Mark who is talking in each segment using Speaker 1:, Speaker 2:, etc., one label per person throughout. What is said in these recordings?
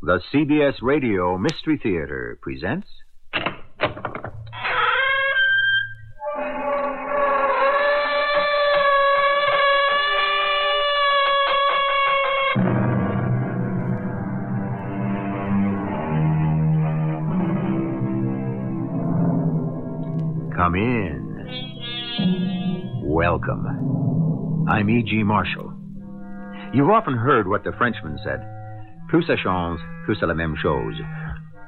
Speaker 1: The CBS Radio Mystery Theater presents. Come in. Welcome. I'm E.G. Marshall. You've often heard what the Frenchman said. Plus ça change, plus c'est la même chose.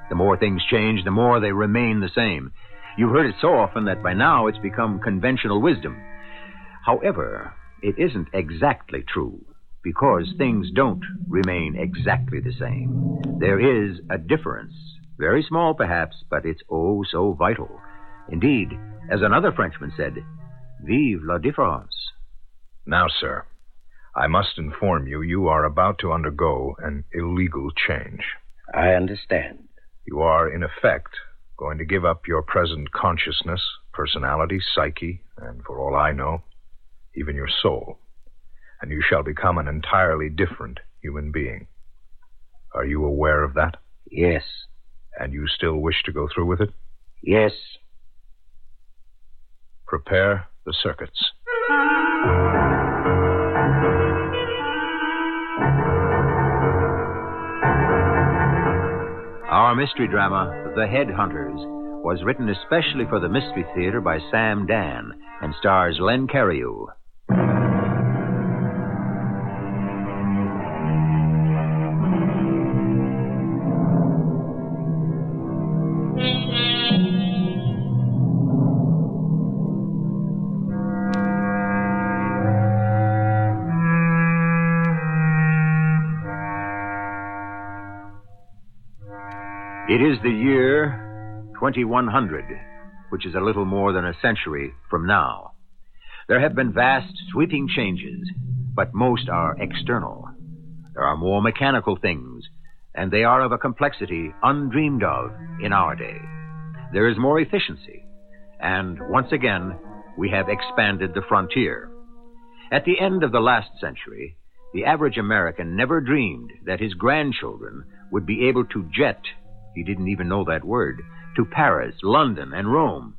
Speaker 1: The more things change, the more they remain the same. You've heard it so often that by now it's become conventional wisdom. However, it isn't exactly true, because things don't remain exactly the same. There is a difference. Very small, perhaps, but it's oh so vital. Indeed, as another Frenchman said, Vive la différence.
Speaker 2: Now, sir, I must inform you you are about to undergo an illegal change.
Speaker 3: I understand.
Speaker 2: You are, in effect, going to give up your present consciousness, personality, psyche, and, for all I know, even your soul. And you shall become an entirely different human being. Are you aware of that?
Speaker 3: Yes.
Speaker 2: And you still wish to go through with it?
Speaker 3: Yes.
Speaker 2: Prepare the circuits.
Speaker 1: Our mystery drama, The Headhunters, was written especially for the Mystery Theater by Sam Dan and stars Len Carew. It is the year 2100, which is a little more than a century from now. There have been vast, sweeping changes, but most are external. There are more mechanical things, and they are of a complexity undreamed of in our day. There is more efficiency, and once again, we have expanded the frontier. At the end of the last century, the average American never dreamed that his grandchildren would be able to jet, he didn't even know that word, to Paris, London, and Rome.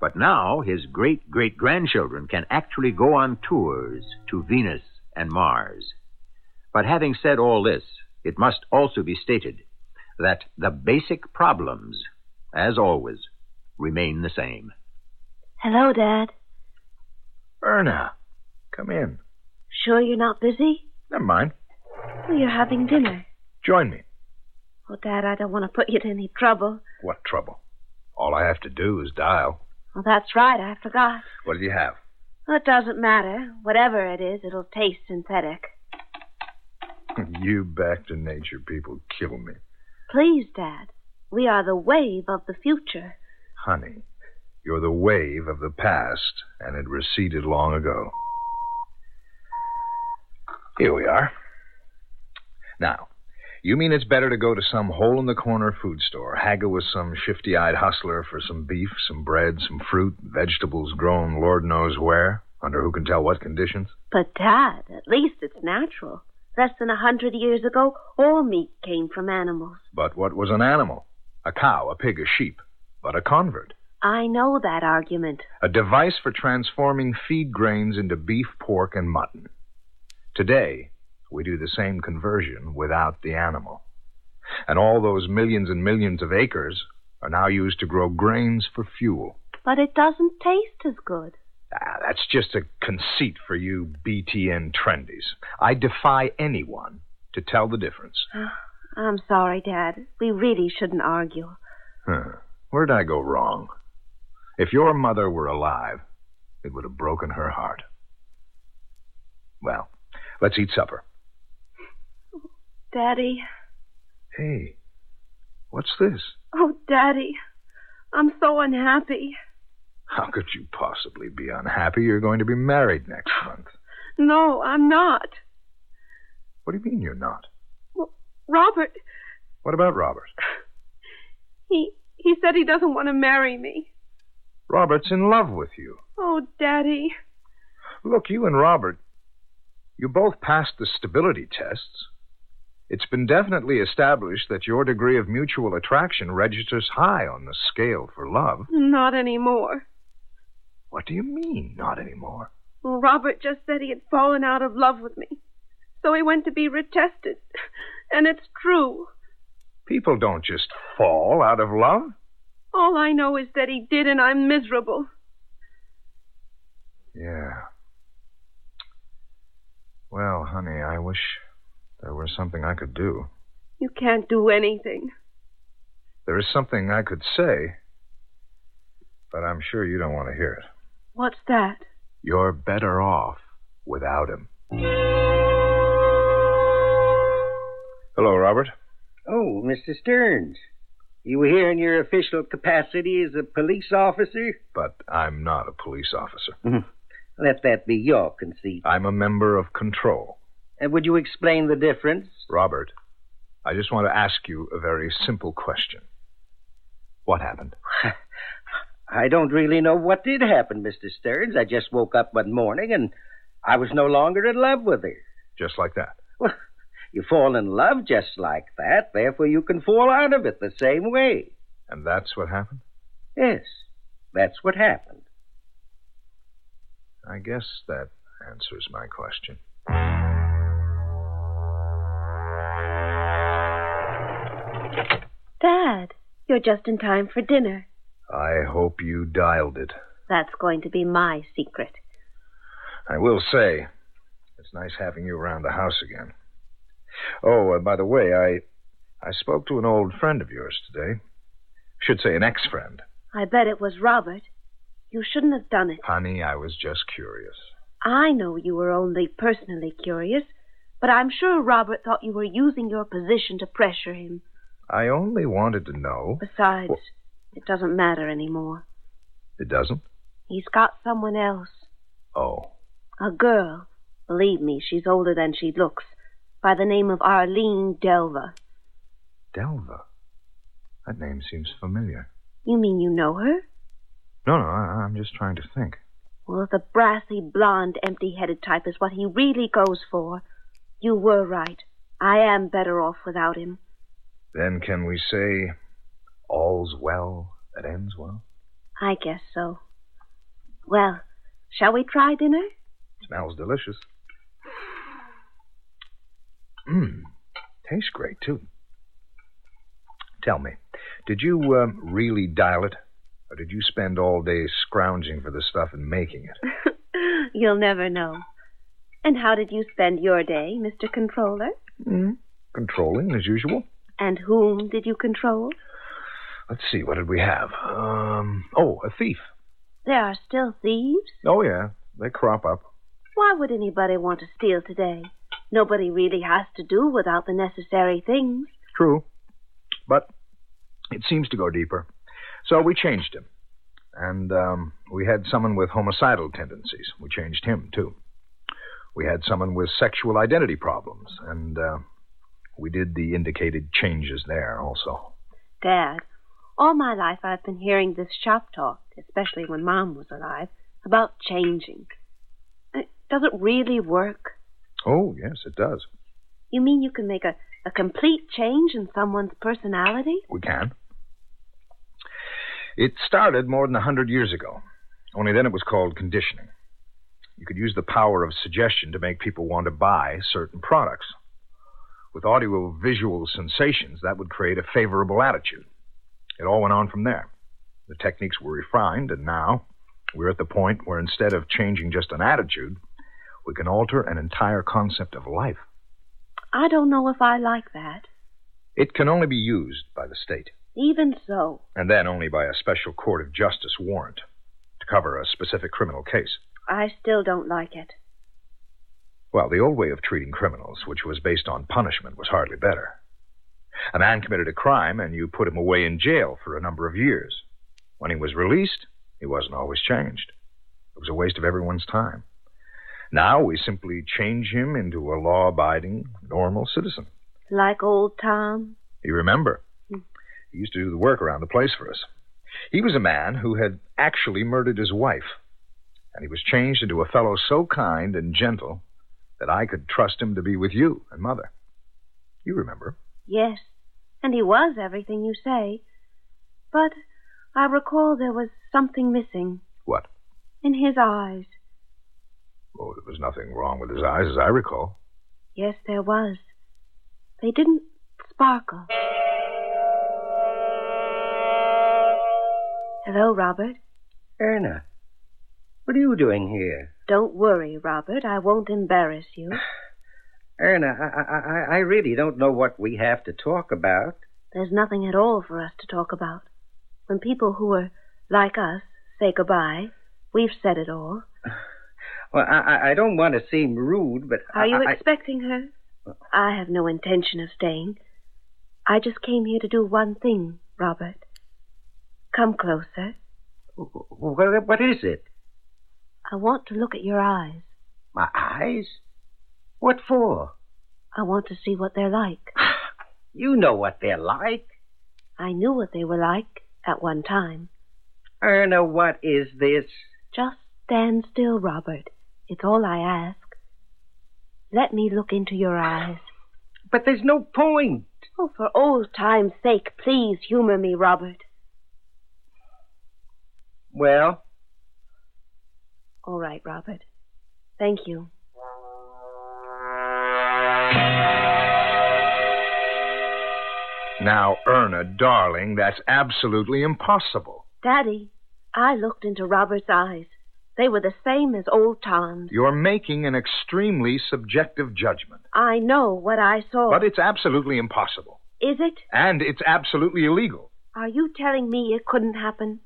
Speaker 1: But now his great great grandchildren can actually go on tours to Venus and Mars. But having said all this, it must also be stated that the basic problems, as always, remain the same.
Speaker 4: Hello, Dad.
Speaker 2: Erna, come in.
Speaker 4: Sure you're not busy?
Speaker 2: Never mind.
Speaker 4: Well, you're having dinner.
Speaker 2: Join me.
Speaker 4: Oh, Dad, I don't want to put you to any trouble.
Speaker 2: What trouble? All I have to do is dial.
Speaker 4: Well, that's right. I forgot.
Speaker 2: What do you have?
Speaker 4: Well, it doesn't matter. Whatever it is, it'll taste synthetic.
Speaker 2: you back to nature people kill me.
Speaker 4: Please, Dad. We are the wave of the future.
Speaker 2: Honey, you're the wave of the past, and it receded long ago. Here we are. Now, you mean it's better to go to some hole in the corner food store, haggle with some shifty eyed hustler for some beef, some bread, some fruit, vegetables grown Lord knows where, under who can tell what conditions?
Speaker 4: But, Dad, at least it's natural. Less than a hundred years ago, all meat came from animals.
Speaker 2: But what was an animal? A cow, a pig, a sheep, but a convert.
Speaker 4: I know that argument.
Speaker 2: a device for transforming feed grains into beef, pork, and mutton. Today, we do the same conversion without the animal. And all those millions and millions of acres are now used to grow grains for fuel.
Speaker 4: But it doesn't taste as good.
Speaker 2: Ah, that's just a conceit for you BTN trendies. I defy anyone to tell the difference.
Speaker 4: I'm sorry, Dad. We really shouldn't argue.
Speaker 2: Huh. Where'd I go wrong? If your mother were alive, it would have broken her heart. Well, let's eat supper.
Speaker 4: Daddy,
Speaker 2: Hey, what's this?
Speaker 4: Oh, Daddy, I'm so unhappy.
Speaker 2: How could you possibly be unhappy? You're going to be married next month.
Speaker 4: No, I'm not.
Speaker 2: What do you mean you're not?
Speaker 4: Well, Robert,
Speaker 2: What about Robert?
Speaker 4: he he said he doesn't want to marry me.
Speaker 2: Robert's in love with you.
Speaker 4: Oh, Daddy.
Speaker 2: Look, you and Robert, you both passed the stability tests. It's been definitely established that your degree of mutual attraction registers high on the scale for love.
Speaker 4: Not anymore.
Speaker 2: What do you mean, not anymore?
Speaker 4: Well, Robert just said he had fallen out of love with me. So he went to be retested. And it's true.
Speaker 2: People don't just fall out of love.
Speaker 4: All I know is that he did, and I'm miserable.
Speaker 2: Yeah. Well, honey, I wish there were something I could do.
Speaker 4: You can't do anything.
Speaker 2: There is something I could say, but I'm sure you don't want to hear it.
Speaker 4: What's that?
Speaker 2: You're better off without him. Hello, Robert.
Speaker 1: Oh, Mr. Stearns. You were here in your official capacity as a police officer?
Speaker 2: But I'm not a police officer.
Speaker 1: Let that be your conceit.
Speaker 2: I'm a member of control.
Speaker 1: And would you explain the difference?
Speaker 2: Robert, I just want to ask you a very simple question. What happened?
Speaker 1: I don't really know what did happen, Mr. Stearns. I just woke up one morning and I was no longer in love with her.
Speaker 2: Just like that.
Speaker 1: Well, you fall in love just like that, therefore you can fall out of it the same way.
Speaker 2: And that's what happened?
Speaker 1: Yes, that's what happened.
Speaker 2: I guess that answers my question.
Speaker 4: Dad, you're just in time for dinner.
Speaker 2: I hope you dialed it.
Speaker 4: That's going to be my secret.
Speaker 2: I will say, it's nice having you around the house again. Oh, uh, by the way, I I spoke to an old friend of yours today. Should say an ex-friend.
Speaker 4: I bet it was Robert. You shouldn't have done it.
Speaker 2: Honey, I was just curious.
Speaker 4: I know you were only personally curious, but I'm sure Robert thought you were using your position to pressure him.
Speaker 2: I only wanted to know.
Speaker 4: Besides,
Speaker 2: Well-
Speaker 4: it doesn't matter anymore.
Speaker 2: It doesn't.
Speaker 4: He's got someone else.
Speaker 2: Oh,
Speaker 4: A girl. Believe me, she's older than she looks. By the name of Arline Delva.
Speaker 2: Delva. That name seems familiar.
Speaker 4: You mean you know her?
Speaker 2: No, no, I, I'm just trying to think.
Speaker 4: Well, the brassy, blonde, empty headed type is what he really goes for. You were right. I am better off without him.
Speaker 2: Then can we say all's well that ends well?
Speaker 4: I guess so. Well, shall we try dinner?
Speaker 2: Smells delicious. Mmm. Tastes great, too. Tell me, did you um, really dial it? Or did you spend all day scrounging for the stuff and making it?
Speaker 4: You'll never know. And how did you spend your day, Mr. Controller?
Speaker 2: Mm. Controlling, as usual.
Speaker 4: And whom did you control?
Speaker 2: Let's see, what did we have? Um, oh, a thief.
Speaker 4: There are still thieves.
Speaker 2: Oh, yeah, they crop up.
Speaker 4: Why would anybody want to steal today? Nobody really has to do without the necessary things.
Speaker 2: True. But it seems to go deeper. So we changed him. And um, we had someone with homicidal tendencies. We changed him, too. We had someone with sexual identity problems. And uh, we did the indicated changes there also.
Speaker 4: Dad, all my life I've been hearing this shop talk, especially when Mom was alive, about changing. Uh, Does it really work?
Speaker 2: Oh, yes, it does.
Speaker 4: You mean you can make a, a complete change in someone's personality?
Speaker 2: We can. It started more than a 100 years ago, only then it was called conditioning. You could use the power of suggestion to make people want to buy certain products. With audio-visual sensations, that would create a favorable attitude. It all went on from there. The techniques were refined, and now we're at the point where instead of changing just an attitude, we can alter an entire concept of life.
Speaker 4: I don't know if I like that.
Speaker 2: It can only be used by the state.
Speaker 4: Even so,
Speaker 2: and then only by a special court of justice warrant to cover a specific criminal case.
Speaker 4: I still don't like it.
Speaker 2: Well, the old way of treating criminals, which was based on punishment, was hardly better. A man committed a crime, and you put him away in jail for a number of years. When he was released, he wasn't always changed. It was a waste of everyone's time. Now we simply change him into a law abiding, normal citizen.
Speaker 4: Like old Tom?
Speaker 2: You remember? He used to do the work around the place for us. He was a man who had actually murdered his wife, and he was changed into a fellow so kind and gentle that I could trust him to be with you and Mother. You remember?
Speaker 4: Yes. And he was everything you say. But I recall there was something missing
Speaker 2: What?
Speaker 4: in his eyes.
Speaker 2: Oh, there was nothing wrong with his eyes, as I recall.
Speaker 4: Yes, there was. They didn't sparkle. Hello, Robert.
Speaker 1: Erna, what are you doing here?
Speaker 4: Don't worry, Robert. I won't embarrass you.
Speaker 1: Erna, I, I, I really don't know what we have to talk about.
Speaker 4: There's nothing at all for us to talk about. When people who are like us say goodbye, we've said it all.
Speaker 1: Well, I, I- I don't want to seem rude, but
Speaker 4: Are you
Speaker 1: I, I-
Speaker 4: expecting her? I have no intention of staying. I just came here to do one thing, Robert. Come closer.
Speaker 1: What, what is it?
Speaker 4: I want to look at your eyes.
Speaker 1: My eyes? What for?
Speaker 4: I want to see what they're like.
Speaker 1: You know what they're like.
Speaker 4: I knew what they were like at one time.
Speaker 1: Erna, what is this?
Speaker 4: Just stand still, Robert. It's all I ask. Let me look into your eyes.
Speaker 1: But there's no point.
Speaker 4: Oh, for old time's sake, please humor me, Robert.
Speaker 1: Well,
Speaker 4: All right, Robert. Thank you.
Speaker 2: Now, Erna, darling, that's absolutely impossible.
Speaker 4: Daddy, I looked into Robert's eyes. They were the same as old Tom's.
Speaker 2: You're making an extremely subjective judgment,
Speaker 4: I know what I saw.
Speaker 2: but it's absolutely impossible.
Speaker 4: Is it?
Speaker 2: And it's absolutely illegal.
Speaker 4: Are you telling me it couldn't happen?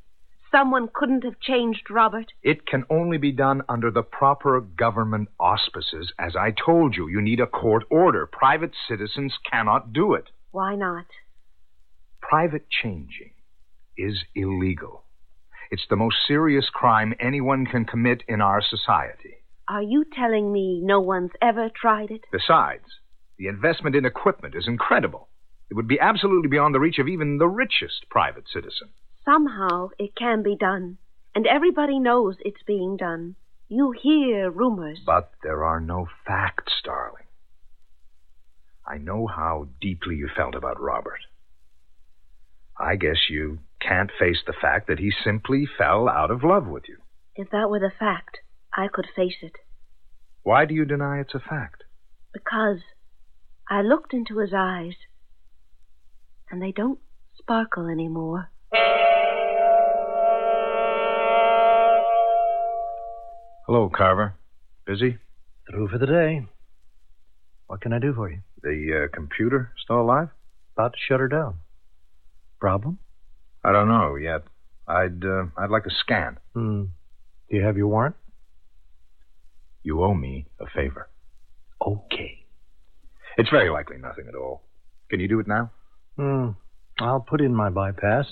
Speaker 4: Someone couldn't have changed Robert.
Speaker 2: It can only be done under the proper government auspices. As I told you, you need a court order. Private citizens cannot do it.
Speaker 4: Why not?
Speaker 2: Private changing is illegal. It's the most serious crime anyone can commit in our society.
Speaker 4: Are you telling me no one's ever tried it?
Speaker 2: Besides, the investment in equipment is incredible. It would be absolutely beyond the reach of even the richest private citizen.
Speaker 4: Somehow it can be done. And everybody knows it's being done. You hear rumors.
Speaker 2: But there are no facts, darling. I know how deeply you felt about Robert. I guess you can't face the fact that he simply fell out of love with you.
Speaker 4: If that were the fact, I could face it.
Speaker 2: Why do you deny it's a fact?
Speaker 4: Because I looked into his eyes, and they don't sparkle anymore.
Speaker 2: Hello, Carver. Busy?
Speaker 5: Through for the day. What can I do for you?
Speaker 2: The uh, computer still alive?
Speaker 5: About to shut her down. Problem?
Speaker 2: I don't know yet. I'd uh, I'd like a scan.
Speaker 5: Hmm. Do you have your warrant?
Speaker 2: You owe me a favor.
Speaker 5: Okay.
Speaker 2: It's very likely nothing at all. Can you do it now?
Speaker 5: Hmm. I'll put in my bypass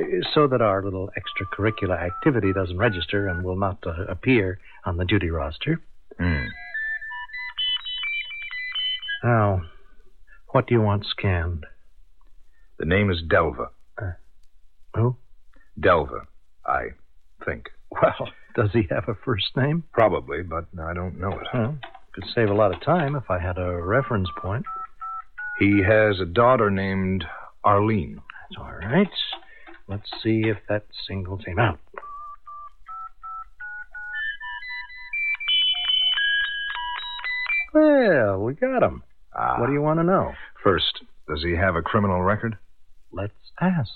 Speaker 5: eh, so that our little extracurricular activity doesn't register and will not uh, appear on the duty roster.
Speaker 2: Hmm.
Speaker 5: Now, what do you want scanned?
Speaker 2: The name is Delva.
Speaker 5: Who?
Speaker 2: Delva, I think.
Speaker 5: Well, does he have a first name?
Speaker 2: Probably, but I don't know it.
Speaker 5: Well, could save a lot of time if I had a reference point.
Speaker 2: He has a daughter named Arlene.
Speaker 5: That's all right. Let's see if that singles him out. Well, we got him.
Speaker 2: Ah,
Speaker 5: What do you want to know?
Speaker 2: First, does he have a criminal record?
Speaker 5: Let's ask.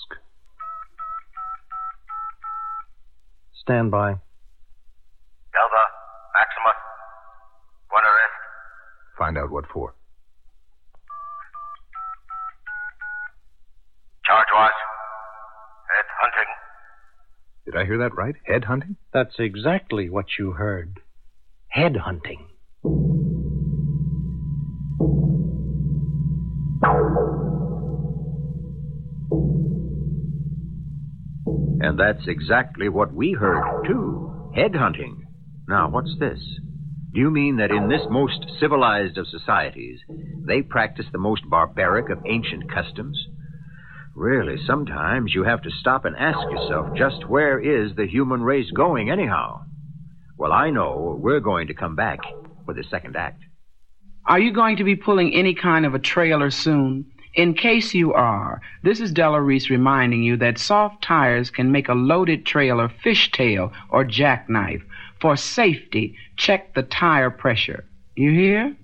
Speaker 5: Stand by.
Speaker 6: Delta, Maxima, one arrest.
Speaker 2: Find out what for.
Speaker 6: Charge was head hunting.
Speaker 2: Did I hear that right? Head hunting?
Speaker 5: That's exactly what you heard. Head hunting.
Speaker 7: And that's exactly what we heard, too. Headhunting. Now, what's this? Do you mean that in this most civilized of societies, they practice the most barbaric of ancient customs? Really, sometimes you have to stop and ask yourself just where is the human race going, anyhow? Well, I know we're going to come back with the second act.
Speaker 8: Are you going to be pulling any kind of a trailer soon? In case you are, this is Della Reese reminding you that soft tires can make a loaded trailer fishtail or jackknife. For safety, check the tire pressure. You hear?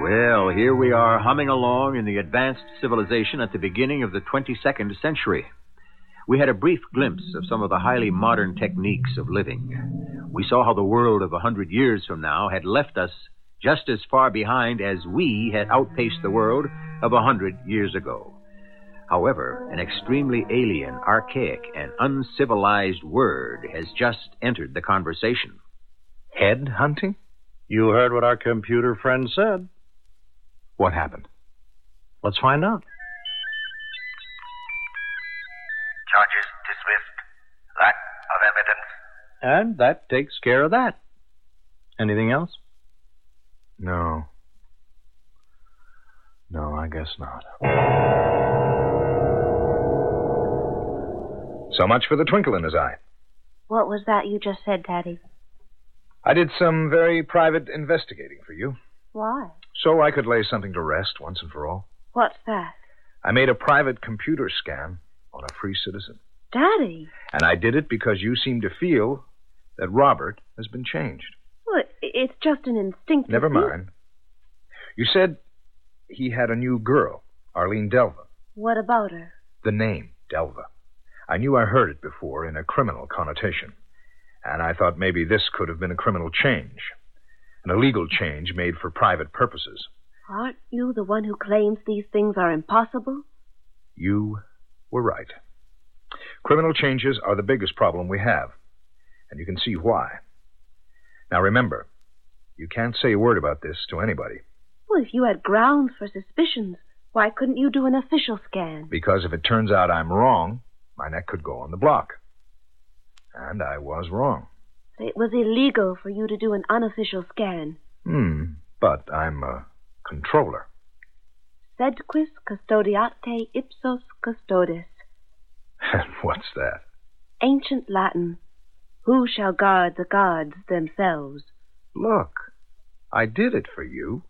Speaker 7: Well, here we are humming along in the advanced civilization at the beginning of the 22nd century. We had a brief glimpse of some of the highly modern techniques of living. We saw how the world of a hundred years from now had left us just as far behind as we had outpaced the world of a hundred years ago. However, an extremely alien, archaic, and uncivilized word has just entered the conversation.
Speaker 5: Head hunting? You heard what our computer friend said.
Speaker 2: What happened?
Speaker 5: Let's find out.
Speaker 6: Charges dismissed. Lack of evidence.
Speaker 5: And that takes care of that. Anything else?
Speaker 2: No. No, I guess not. So much for the twinkle in his eye.
Speaker 4: What was that you just said, Daddy?
Speaker 2: I did some very private investigating for you,
Speaker 4: Why?
Speaker 2: so I could lay something to rest once and for all.
Speaker 4: What's that?
Speaker 2: I made a private computer scan on a free citizen,
Speaker 4: Daddy?
Speaker 2: and I did it because you seem to feel that Robert has been changed.
Speaker 4: Well, it, it's just an instinctive.
Speaker 2: Never
Speaker 4: feel-
Speaker 2: mind. You said he had a new girl, Arlene Delva.
Speaker 4: What about her?
Speaker 2: The name, Delva. I knew I heard it before in a criminal connotation, and I thought maybe this could have been a criminal change, an illegal change made for private purposes.
Speaker 4: Aren't you the one who claims these things are impossible?
Speaker 2: You were right. Criminal changes are the biggest problem we have, and you can see why. Now remember, you can't say a word about this to anybody,
Speaker 4: Well, if you had grounds for suspicions, why couldn't you do an official scan?
Speaker 2: because if it turns out I'm wrong, my neck could go on the block. And I was wrong.
Speaker 4: It was illegal for you to do an unofficial scan.
Speaker 2: Hmm, but I'm a controller.
Speaker 4: Sed quis custodiate ipsos custodes.
Speaker 2: What's that?
Speaker 4: Ancient Latin. Who shall guard the gods themselves?
Speaker 2: Look, I did it for you.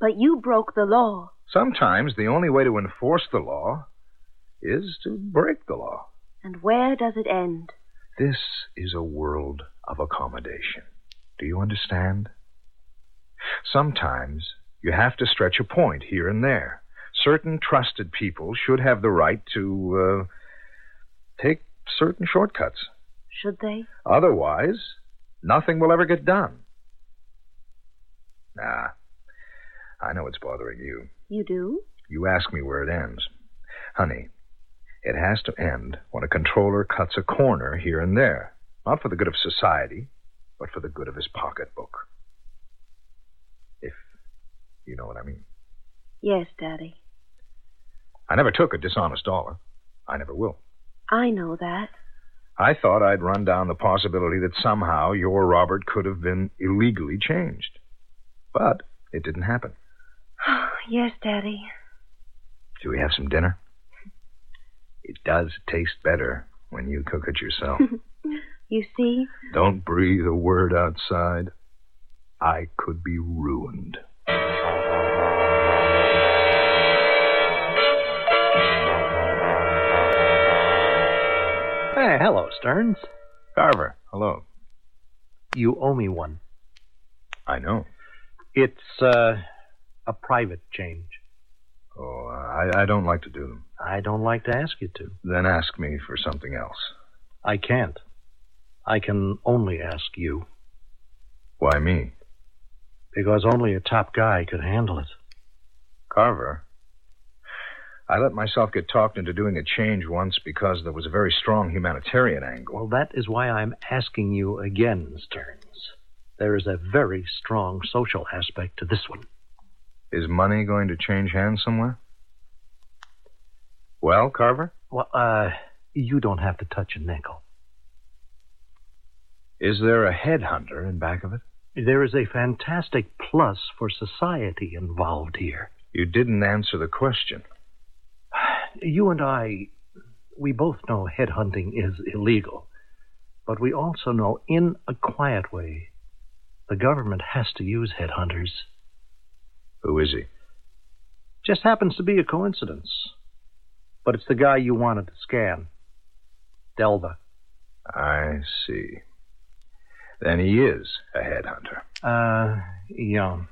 Speaker 4: But you broke the law.
Speaker 2: Sometimes the only way to enforce the law is to break the law.
Speaker 4: And where does it end?
Speaker 2: This is a world of accommodation. Do you understand? Sometimes you have to stretch a point here and there. Certain trusted people should have the right to uh, take certain shortcuts.
Speaker 4: Should they?
Speaker 2: Otherwise, nothing will ever get done. Nah, I know it's bothering you.
Speaker 4: You do?
Speaker 2: You ask me where it ends. Honey, it has to end when a controller cuts a corner here and there. Not for the good of society, but for the good of his pocketbook. If you know what I mean.
Speaker 4: Yes, Daddy.
Speaker 2: I never took a dishonest dollar. I never will.
Speaker 4: I know that.
Speaker 2: I thought I'd run down the possibility that somehow your Robert could have been illegally changed. But it didn't happen.
Speaker 4: yes, Daddy.
Speaker 2: Do we have some dinner? It does taste better when you cook it yourself.
Speaker 4: You see?
Speaker 2: Don't breathe a word outside. I could be ruined.
Speaker 5: Hey, Eh, hello, Stearns.
Speaker 2: Carver, hello.
Speaker 5: You owe me one.
Speaker 2: I know.
Speaker 5: It's uh, a private change.
Speaker 2: Oh, I, I don't like to do them.
Speaker 5: I don't like to ask you to.
Speaker 2: Then ask me for something else.
Speaker 5: I can't. I can only ask you,
Speaker 2: Why me?
Speaker 5: because only a top guy could handle it.
Speaker 2: Carver? I let myself get talked into doing a change once because there was a very strong humanitarian angle.
Speaker 5: Well, that is why I'm asking you again, Stearns. There is a very strong social aspect to this one.
Speaker 2: Is money going to change hands somewhere? Well, Carver,
Speaker 5: Well, uh, you don't have to touch a nickel.
Speaker 2: is there a headhunter in back of it?
Speaker 5: There is a fantastic plus for society involved here.
Speaker 2: You didn't answer the question.
Speaker 5: You and I, we both know headhunting is illegal, but we also know in a quiet way the government has to use headhunters.
Speaker 2: Who is he?
Speaker 5: Just happens to be a coincidence. But it's the guy you wanted to scan Delva.
Speaker 2: I see. Then he is a headhunter.
Speaker 5: Uh, yeah.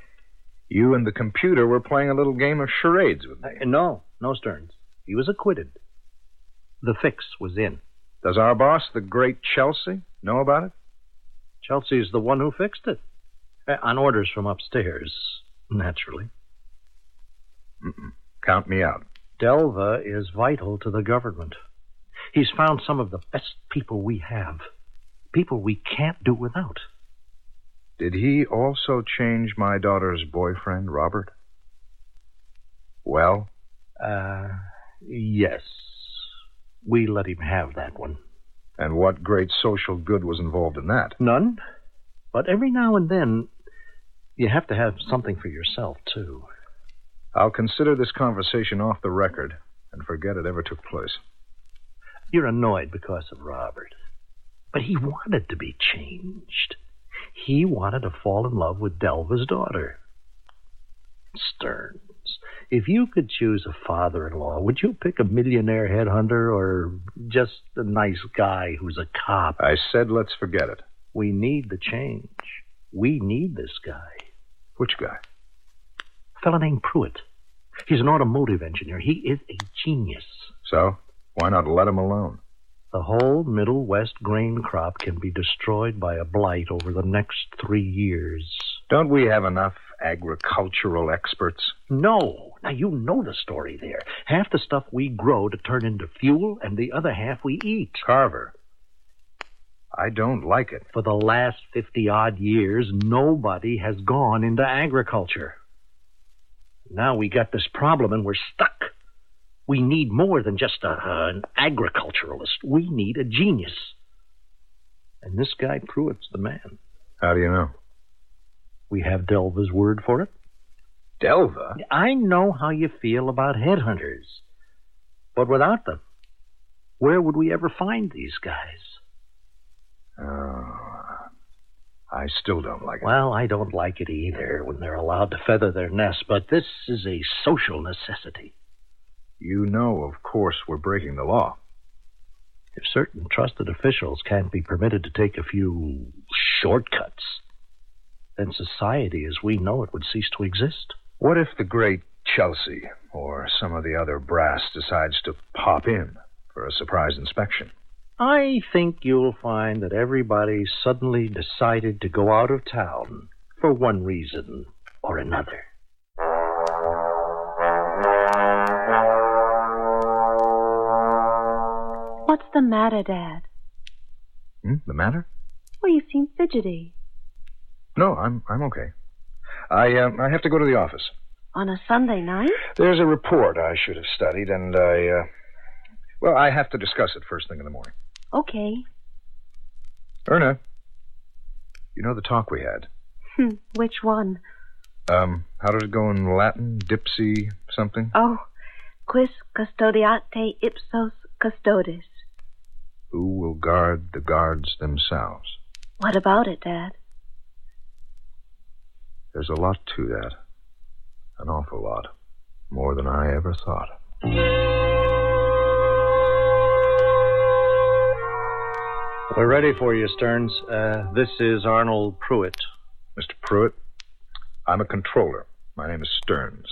Speaker 2: You and the computer were playing a little game of charades with me.
Speaker 5: Uh, No, no, Stearns. He was acquitted. The fix was in.
Speaker 2: Does our boss, the great Chelsea, know about it?
Speaker 5: Chelsea's the one who fixed it. Uh, on orders from upstairs, naturally.
Speaker 2: Count me out.
Speaker 5: Delva is vital to the government. He's found some of the best people we have, people we can't do without.
Speaker 2: Did he also change my daughter's boyfriend, Robert? Well,
Speaker 5: Uh, yes. We let him have that one.
Speaker 2: and what great social good was involved in that?
Speaker 5: None. But every now and then, you have to have something for yourself, too.
Speaker 2: I'll consider this conversation off the record and forget it ever took place.
Speaker 5: You're annoyed because of Robert. But he wanted to be changed. He wanted to fall in love with Delva's daughter. Stearns, if you could choose a father in law, would you pick a millionaire headhunter or just a nice guy who's a cop?
Speaker 2: I said let's forget it.
Speaker 5: We need the change. We need this guy.
Speaker 2: Which guy?
Speaker 5: A fellow named Pruitt. He's an automotive engineer. He is a genius.
Speaker 2: So, why not let him alone?
Speaker 5: The whole Middle West grain crop can be destroyed by a blight over the next three years.
Speaker 2: Don't we have enough agricultural experts?
Speaker 5: No! Now, you know the story there. Half the stuff we grow to turn into fuel, and the other half we eat.
Speaker 2: Carver, I don't like it.
Speaker 5: For the last 50 odd years, nobody has gone into agriculture. Now we got this problem and we're stuck. We need more than just a, uh, an agriculturalist. We need a genius. And this guy Pruitt's the man.
Speaker 2: How do you know?
Speaker 5: We have Delva's word for it.
Speaker 2: Delva?
Speaker 5: I know how you feel about headhunters. But without them, where would we ever find these guys?
Speaker 2: Oh, I still don't like it.
Speaker 5: Well, I don't like it either when they're allowed to feather their nests, but this is a social necessity.
Speaker 2: You know, of course, we're breaking the law.
Speaker 5: If certain trusted officials can't be permitted to take a few shortcuts, then society as we know it would cease to exist.
Speaker 2: What if the great Chelsea or some of the other brass decides to pop in for a surprise inspection?
Speaker 5: I think you'll find that everybody suddenly decided to go out of town for one reason or another.
Speaker 4: What's the matter, Dad?
Speaker 2: Hmm? The matter?
Speaker 4: Well, you seem fidgety.
Speaker 2: No, I'm I'm okay. I uh, I have to go to the office.
Speaker 4: On a Sunday night?
Speaker 2: There's a report I should have studied, and I uh, well, I have to discuss it first thing in the morning.
Speaker 4: Okay.
Speaker 2: Erna, you know the talk we had.
Speaker 4: Hmm, Which one?
Speaker 2: Um, how did it go in Latin? Dipsy something?
Speaker 4: Oh, quis custodiate ipsos custodes.
Speaker 2: Who will guard the guards themselves?
Speaker 4: What about it, Dad?
Speaker 2: There's a lot to that. An awful lot. More than I ever thought.
Speaker 5: We're ready for you, Stearns. Uh, this is Arnold Pruitt.
Speaker 2: Mr. Pruitt, I'm a controller. My name is Stearns.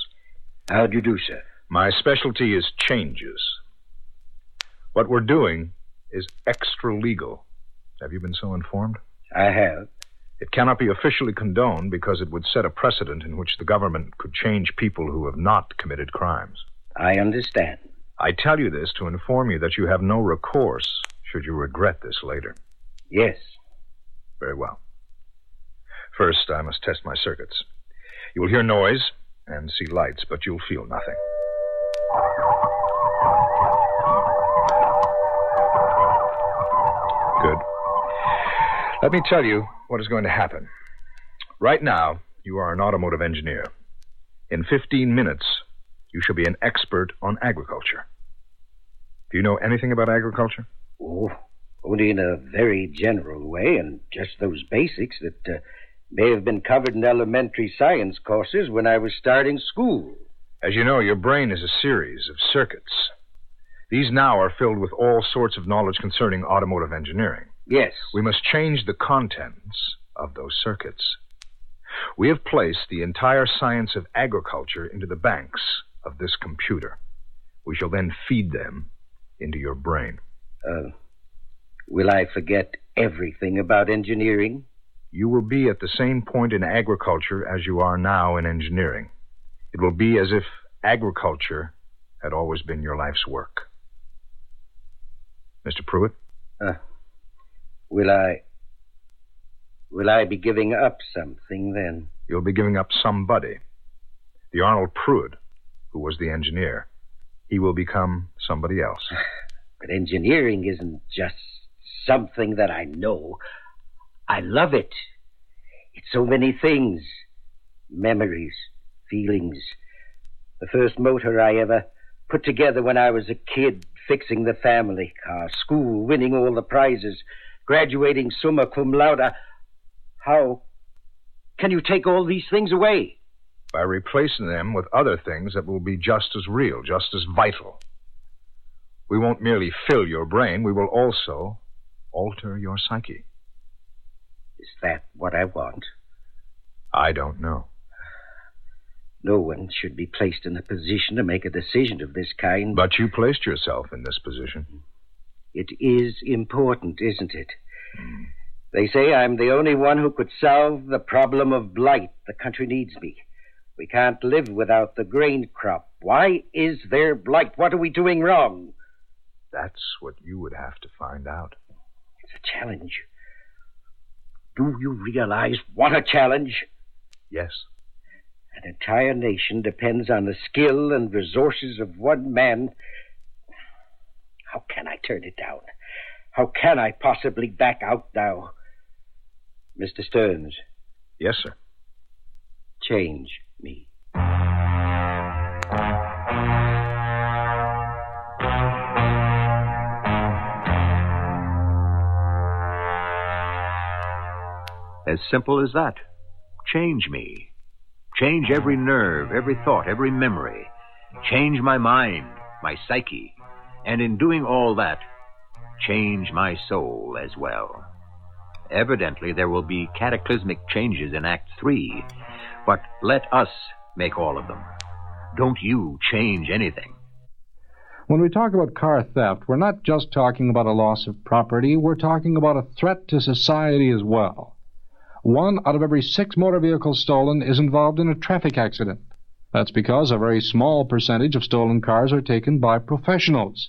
Speaker 1: How do you do, sir?
Speaker 2: My specialty is changes. What we're doing is extra legal. Have you been so informed?
Speaker 1: I have.
Speaker 2: It cannot be officially condoned because it would set a precedent in which the government could change people who have not committed crimes.
Speaker 1: I understand.
Speaker 2: I tell you this to inform you that you have no recourse should you regret this later.
Speaker 1: Yes.
Speaker 2: Very well. First, I must test my circuits. You will hear noise and see lights, but you'll feel nothing. Good. Let me tell you what is going to happen. Right now, you are an automotive engineer. In 15 minutes, you shall be an expert on agriculture. Do you know anything about agriculture?
Speaker 1: Oh, only in a very general way and just those basics that uh, may have been covered in elementary science courses when I was starting school.
Speaker 2: As you know, your brain is a series of circuits. These now are filled with all sorts of knowledge concerning automotive engineering.
Speaker 1: Yes.
Speaker 2: We must change the contents of those circuits. We have placed the entire science of agriculture into the banks of this computer. We shall then feed them into your brain.
Speaker 1: Uh, will I forget everything about engineering?
Speaker 2: You will be at the same point in agriculture as you are now in engineering. It will be as if agriculture had always been your life's work. Mr. Pruitt?
Speaker 1: Uh, will I. Will I be giving up something then?
Speaker 2: You'll be giving up somebody. The Arnold Pruitt, who was the engineer, he will become somebody else.
Speaker 1: But engineering isn't just something that I know. I love it. It's so many things memories, feelings. The first motor I ever put together when I was a kid, fixing the family car, school, winning all the prizes, graduating summa cum laude. How can you take all these things away?
Speaker 2: By replacing them with other things that will be just as real, just as vital. We won't merely fill your brain, we will also alter your psyche.
Speaker 1: Is that what I want?
Speaker 2: I don't know.
Speaker 1: No one should be placed in a position to make a decision of this kind.
Speaker 2: But you placed yourself in this position.
Speaker 1: It is important, isn't it? They say I'm the only one who could solve the problem of blight. The country needs me. We can't live without the grain crop. Why is there blight? What are we doing wrong?
Speaker 2: That's what you would have to find out.
Speaker 1: It's a challenge. Do you realize what a challenge?
Speaker 2: Yes.
Speaker 1: An entire nation depends on the skill and resources of one man. How can I turn it down? How can I possibly back out now? Mr. Stearns,
Speaker 2: Yes, sir.
Speaker 1: change me.
Speaker 7: As simple as that. Change me. Change every nerve, every thought, every memory. Change my mind, my psyche. And in doing all that, change my soul as well. Evidently, there will be cataclysmic changes in Act 3, but let us make all of them. Don't you change anything.
Speaker 9: When we talk about car theft, we're not just talking about a loss of property, we're talking about a threat to society as well. One out of every six motor vehicles stolen is involved in a traffic accident. That's because a very small percentage of stolen cars are taken by professionals.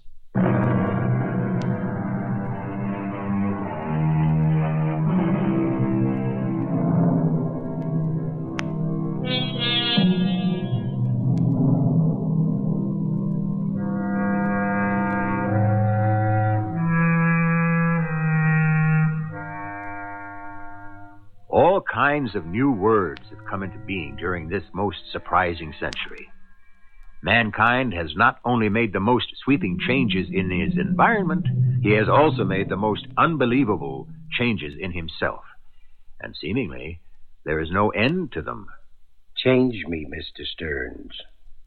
Speaker 7: All kinds of new words have come into being during this most surprising century. Mankind has not only made the most sweeping changes in his environment, he has also made the most unbelievable changes in himself. And seemingly, there is no end to them.
Speaker 1: Change me, Mr. Stearns.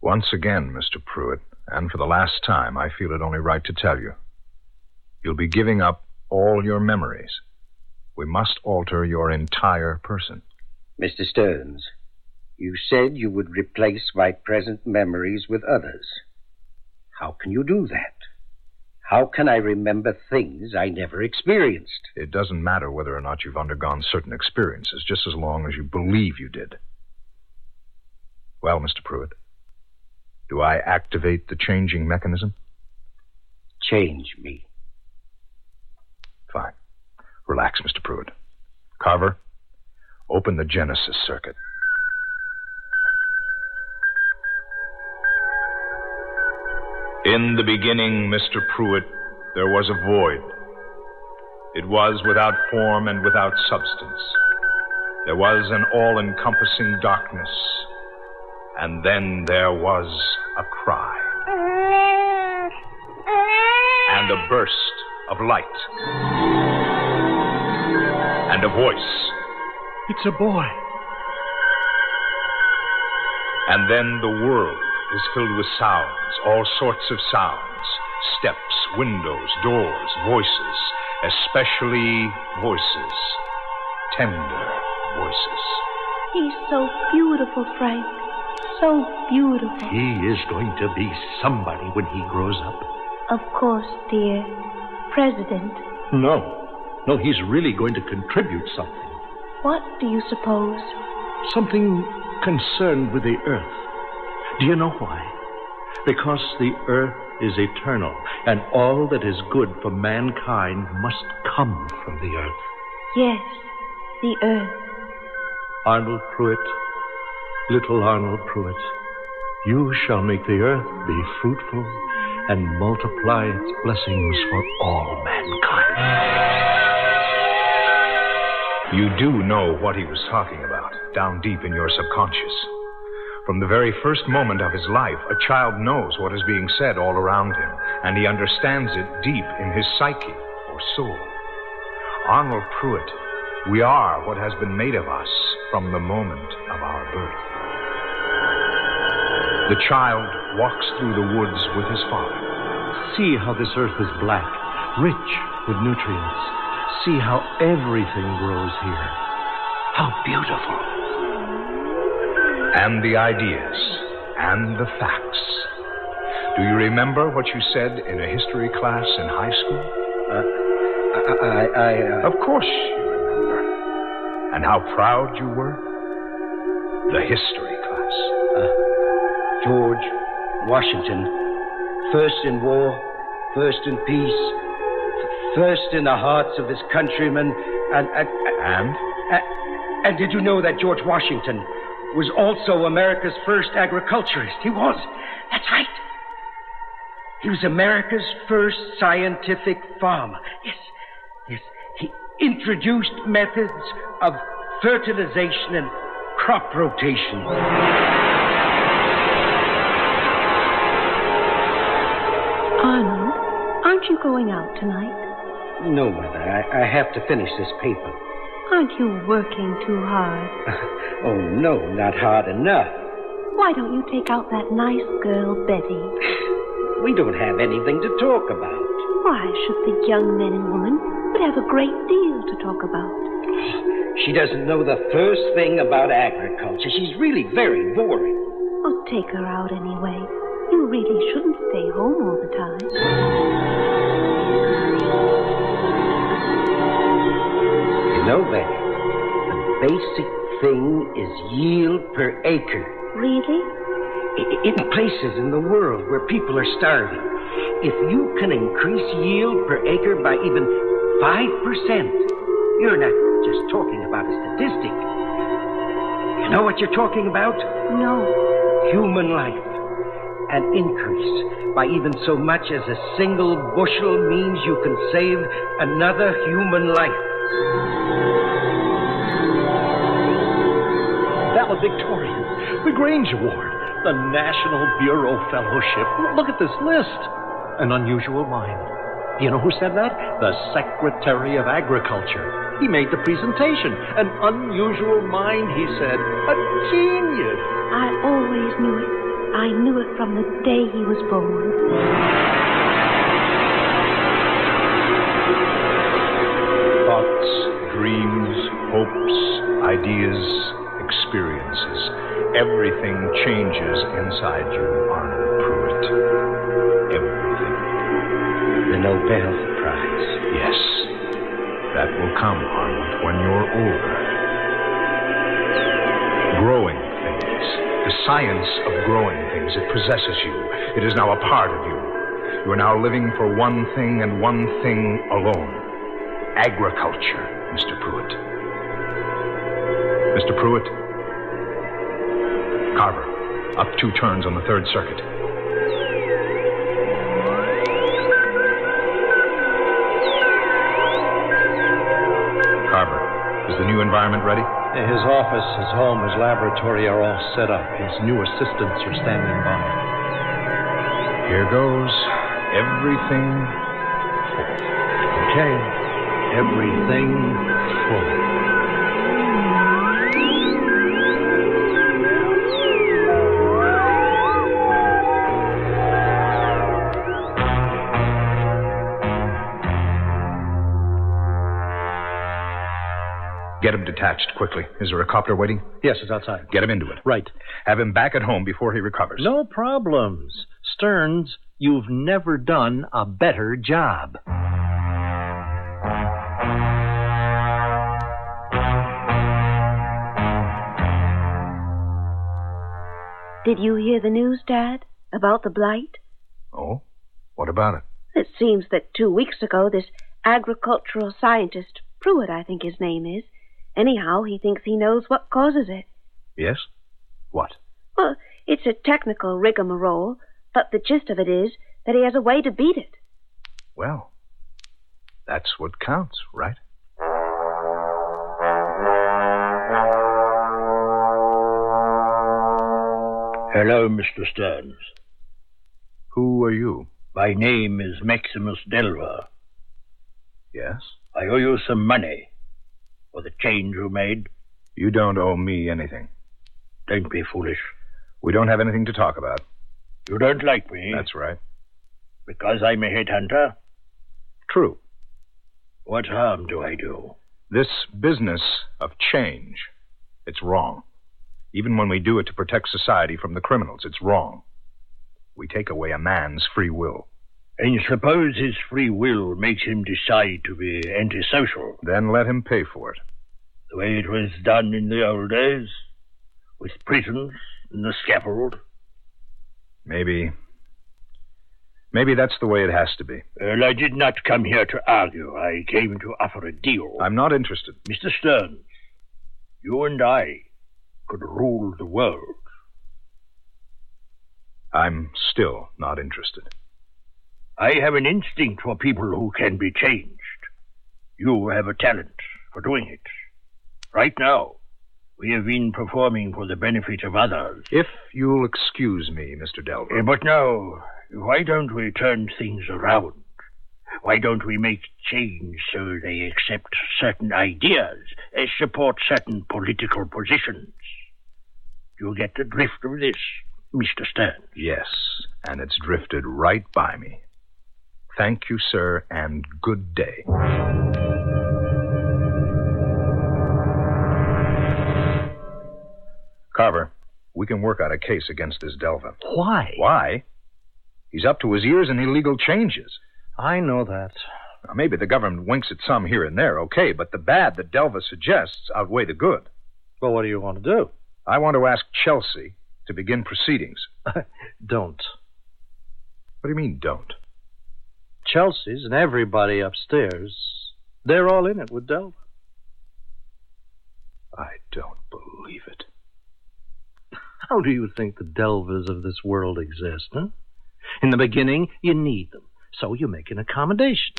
Speaker 2: Once again, Mr. Pruitt, and for the last time, I feel it only right to tell you. You'll be giving up all your memories. We must alter your entire person.
Speaker 1: Mr. Stearns, you said you would replace my present memories with others. How can you do that? How can I remember things I never experienced?
Speaker 2: It doesn't matter whether or not you've undergone certain experiences, just as long as you believe you did. Well, Mr. Pruitt, do I activate the changing mechanism?
Speaker 1: Change me.
Speaker 2: Fine. Relax, Mr. Pruitt. Carver, open the Genesis circuit. In the beginning, Mr. Pruitt, there was a void. It was without form and without substance. There was an all encompassing darkness. And then there was a cry. And a burst of light. And a voice.
Speaker 5: It's a boy.
Speaker 2: And then the world is filled with sounds, all sorts of sounds steps, windows, doors, voices, especially voices, tender voices.
Speaker 4: He's so beautiful, Frank. So beautiful.
Speaker 5: He is going to be somebody when he grows up.
Speaker 4: Of course, dear. President,
Speaker 5: No. No, he's really going to contribute something.
Speaker 4: what do you suppose?
Speaker 5: Something concerned with the earth. Do you know why? Because the earth is eternal, and all that is good for mankind must come from the earth.
Speaker 4: Yes, the earth.
Speaker 5: Arnold Pruitt, little Arnold Pruitt, you shall make the earth be fruitful and multiply its blessings for all mankind.
Speaker 2: You do know what he was talking about, down deep in your subconscious. From the very first moment of his life, a child knows what is being said all around him, and he understands it deep in his psyche or soul. Arnold Pruitt, we are what has been made of us from the moment of our birth. The child walks through the woods with his father.
Speaker 5: See how this earth is black, rich with nutrients. See how everything grows here. How beautiful.
Speaker 2: and the ideas and the facts. Do you remember what you said in a history class in high school?
Speaker 1: I, I, uh, I,
Speaker 2: Of course you remember. And how proud you were? The history class.
Speaker 1: George Washington. First in war, first in peace, f- first in the hearts of his countrymen. And, and,
Speaker 2: And?
Speaker 1: and, and did you know that George Washington was also America's first agriculturist? He was. That's right. He was America's first scientific farmer. Yes, yes. He introduced methods of fertilization and crop rotation.
Speaker 4: Arnold, aren't you going out tonight?
Speaker 1: No, Mother, I, I have to finish this paper.
Speaker 4: Aren't you working too hard?
Speaker 1: Oh, no, not hard enough.
Speaker 4: Why don't you take out that nice girl, Betty?
Speaker 1: We don't have anything to talk about.
Speaker 4: Why should the young men and woman would have a great deal to talk about?
Speaker 1: She doesn't know the first thing about agriculture. She's really very boring.
Speaker 4: Oh, take her out anyway. You really shouldn't stay home all the time.
Speaker 1: You know, Betty, the basic thing is yield per acre.
Speaker 4: Really?
Speaker 1: I- In places in the world where people are starving, if you can increase yield per acre by even 5%, you're not just talking about a statistic. You know what you're talking about?
Speaker 4: No.
Speaker 1: Human life. An increase by even so much as a single bushel means you can save another human life.
Speaker 5: Valedictorian, the Grange Award, the National Bureau Fellowship. L- Look at this list. An unusual mind. You know who said that? The Secretary of Agriculture. He made the presentation. An unusual mind, he said. A genius.
Speaker 4: I always knew it. I knew it from the day he was born.
Speaker 2: Thoughts, dreams, hopes, ideas, experiences. Everything changes inside you, Arnold Pruitt. Everything.
Speaker 1: the Nobel Prize.
Speaker 2: Yes. That will come, Arnold, when you're older. Growing things. The science of growing things. It possesses you. It is now a part of you. You are now living for one thing and one thing alone agriculture, Mr. Pruitt. Mr. Pruitt. Carver, up two turns on the third circuit. Carver, is the new environment ready?
Speaker 5: His office, his home, his laboratory are all set up. His new assistants are standing by.
Speaker 2: Here goes. Everything.
Speaker 5: Okay. Everything full.
Speaker 2: Get him detached quickly. Is there a copter waiting?
Speaker 5: Yes, it's outside.
Speaker 2: Get him into it.
Speaker 5: Right.
Speaker 2: Have him back at home before he recovers.
Speaker 5: No problems. Stearns, you've never done a better job.
Speaker 4: Did you hear the news, Dad, about the blight?
Speaker 2: Oh? What about it?
Speaker 4: It seems that two weeks ago, this agricultural scientist, Pruitt, I think his name is, anyhow, he thinks he knows what causes it.
Speaker 2: Yes? What?
Speaker 4: Well, it's a technical rigmarole, but the gist of it is that he has a way to beat it.
Speaker 2: Well, that's what counts, right?
Speaker 10: Hello, Mr. Stearns.
Speaker 2: Who are you?
Speaker 10: My name is Maximus Delver.
Speaker 2: Yes?
Speaker 10: I owe you some money for the change you made.
Speaker 2: You don't owe me anything.
Speaker 10: Don't be foolish.
Speaker 2: We don't have anything to talk about.
Speaker 10: You don't like me
Speaker 2: That's right.
Speaker 10: because I'm a headhunter.
Speaker 2: True.
Speaker 10: What harm do I do?
Speaker 2: This business of change, it's wrong. Even when we do it to protect society from the criminals, it's wrong. We take away a man's free will.
Speaker 10: And suppose his free will makes him decide to be antisocial,
Speaker 2: Then let him pay for it.
Speaker 10: the way it was done in the old days, with prisons and the scaffold.
Speaker 2: Maybe. Maybe that's the way it has to be.
Speaker 10: Well, I did not come here to argue. I came to offer a deal.
Speaker 2: I'm not interested.
Speaker 10: Mr. Stearns, you and I could rule the world.
Speaker 2: I'm still not interested.
Speaker 10: I have an instinct for people who can be changed. You have a talent for doing it. Right now, we have been performing for the benefit of others.
Speaker 2: If you'll excuse me, Mr. Delver.
Speaker 10: Eh, But now, why don't we turn things around? Why don't we make change so they accept certain ideas, eh, support certain political positions? You get the drift of this, Mr. Stern.
Speaker 2: Yes, and it's drifted right by me. Thank you, sir, and good day. Carver, we can work out a case against this Delvin.
Speaker 5: Why?
Speaker 2: Why? He's up to his ears in illegal changes.
Speaker 5: I know that.
Speaker 2: Now, maybe the government winks at some here and there, okay, but the bad that Delva suggests outweigh the good.
Speaker 5: Well, what do you want to do?
Speaker 2: I want to ask Chelsea to begin proceedings.
Speaker 5: Don't.
Speaker 2: What do you mean, don't?
Speaker 5: Chelsea's and everybody upstairs, they're all in it with Delva.
Speaker 2: I don't believe it.
Speaker 5: How do you think the Delvas of this world exist, huh? In the beginning, you need them, so you make an accommodation.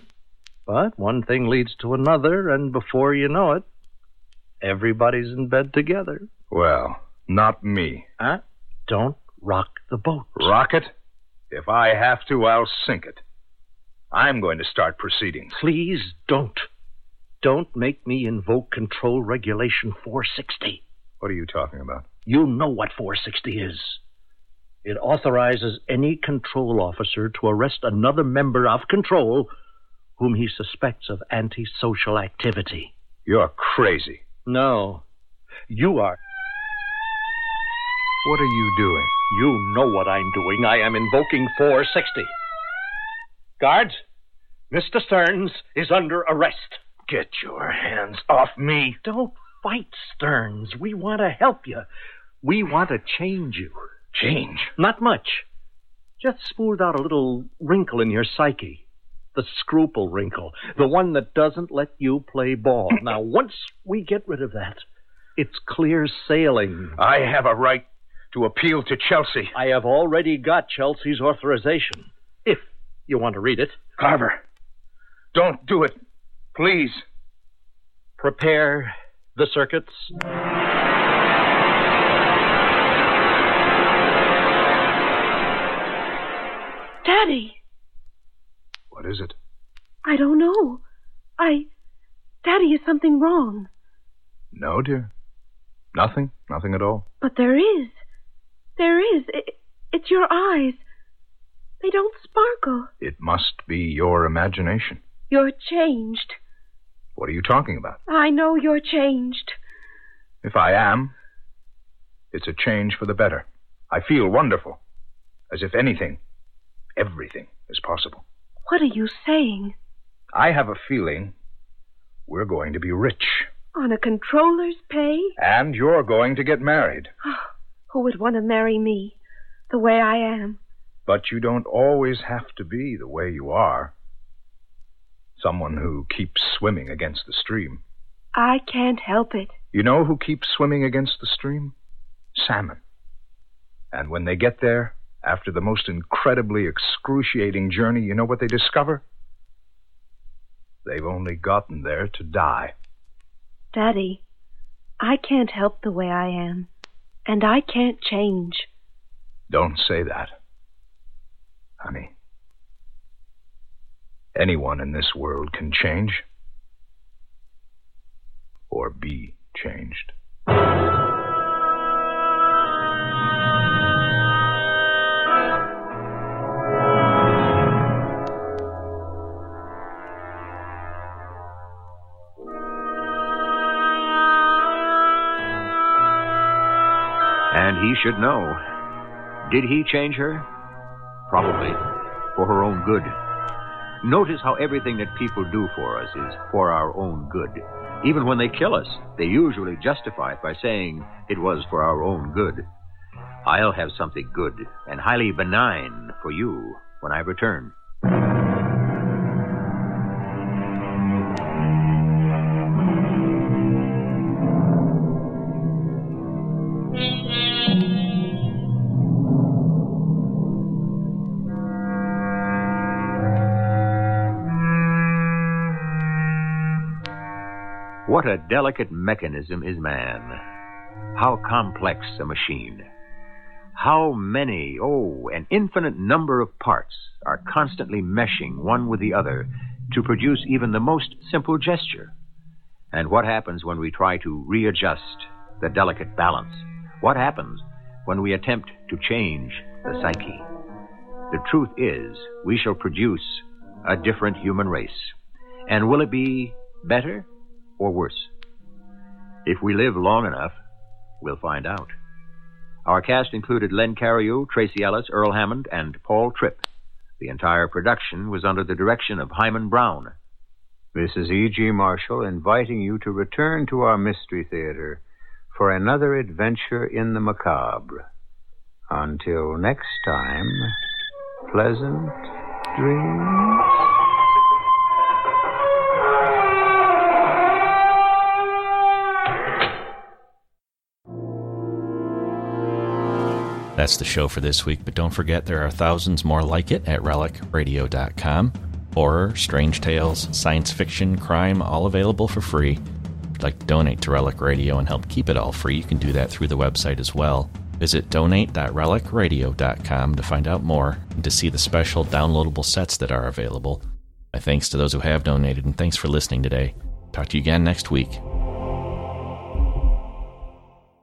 Speaker 5: But one thing leads to another, and before you know it, everybody's in bed together.
Speaker 2: Well, not me.
Speaker 5: Huh? Don't rock the boat.
Speaker 2: Rocket? If I have to, I'll sink it. I'm going to start proceedings.
Speaker 5: Please don't. Don't make me invoke Control Regulation 460.
Speaker 2: What are you talking about?
Speaker 5: You know what 460 is. It authorizes any control officer to arrest another member of control whom he suspects of antisocial activity.
Speaker 2: You're crazy.
Speaker 5: No. You are.
Speaker 2: What are you doing?
Speaker 5: You know what I'm doing. I am invoking 460. Guards,
Speaker 11: Mr. Stearns is under arrest.
Speaker 12: Get your hands off me.
Speaker 11: Don't fight, Stearns. We want to help you. We want to change you.
Speaker 12: Change?
Speaker 11: Not much. Just smooth out a little wrinkle in your psyche. The scruple wrinkle. The one that doesn't let you play ball. now, once we get rid of that, it's clear sailing.
Speaker 2: I have a right to appeal to Chelsea.
Speaker 11: Uh, I have already got Chelsea's authorization. If you want to read it.
Speaker 2: Carver, don't do it. Please.
Speaker 11: Prepare the circuits.
Speaker 4: Daddy!
Speaker 2: What is it?
Speaker 4: I don't know. I. Daddy, is something wrong?
Speaker 2: No, dear. Nothing. Nothing at all.
Speaker 4: But there is. There is. It, it's your eyes. They don't sparkle.
Speaker 2: It must be your imagination.
Speaker 4: You're changed.
Speaker 2: What are you talking about?
Speaker 4: I know you're changed.
Speaker 2: If I am, it's a change for the better. I feel wonderful. As if anything, everything is possible.
Speaker 4: What are you saying?
Speaker 2: I have a feeling we're going to be rich.
Speaker 4: On a controller's pay?
Speaker 2: And you're going to get married.
Speaker 4: Oh, who would want to marry me the way I am?
Speaker 2: But you don't always have to be the way you are. Someone who keeps swimming against the stream.
Speaker 4: I can't help it.
Speaker 2: You know who keeps swimming against the stream? Salmon. And when they get there, after the most incredibly excruciating journey, you know what they discover? They've only gotten there to die.
Speaker 4: Daddy, I can't help the way I am, and I can't change.
Speaker 2: Don't say that honey. Anyone in this world can change or be changed.
Speaker 5: And he should know. Did he change her? Probably. For her own good. Notice how everything that people do for us is for our own good. Even when they kill us, they usually justify it by saying it was for our own good. I'll have something good and highly benign for you when I return. What a delicate mechanism is man. How complex a machine. How many, oh, an infinite number of parts are constantly meshing one with the other to produce even the most simple gesture. And what happens when we try to readjust the delicate balance? What happens when we attempt to change the psyche? The truth is, we shall produce a different human race. And will it be better? or worse. If we live long enough, we'll find out. Our cast included Len Carew, Tracy Ellis, Earl Hammond, and Paul Tripp. The entire production was under the direction of Hyman Brown.
Speaker 13: This is E.G. E Marshall inviting you to return to our Mystery Theater for another adventure in the macabre. Until next time, pleasant dreams.
Speaker 14: That's the show for this week, but don't forget there are thousands more like it at relicradio.com. Horror, strange tales, science fiction, crime, all available for free. If you'd like to donate to Relic Radio and help keep it all free, you can do that through the website as well. Visit donate.relicradio.com to find out more and to see the special downloadable sets that are available. My thanks to those who have donated, and thanks for listening today. Talk to you again next week.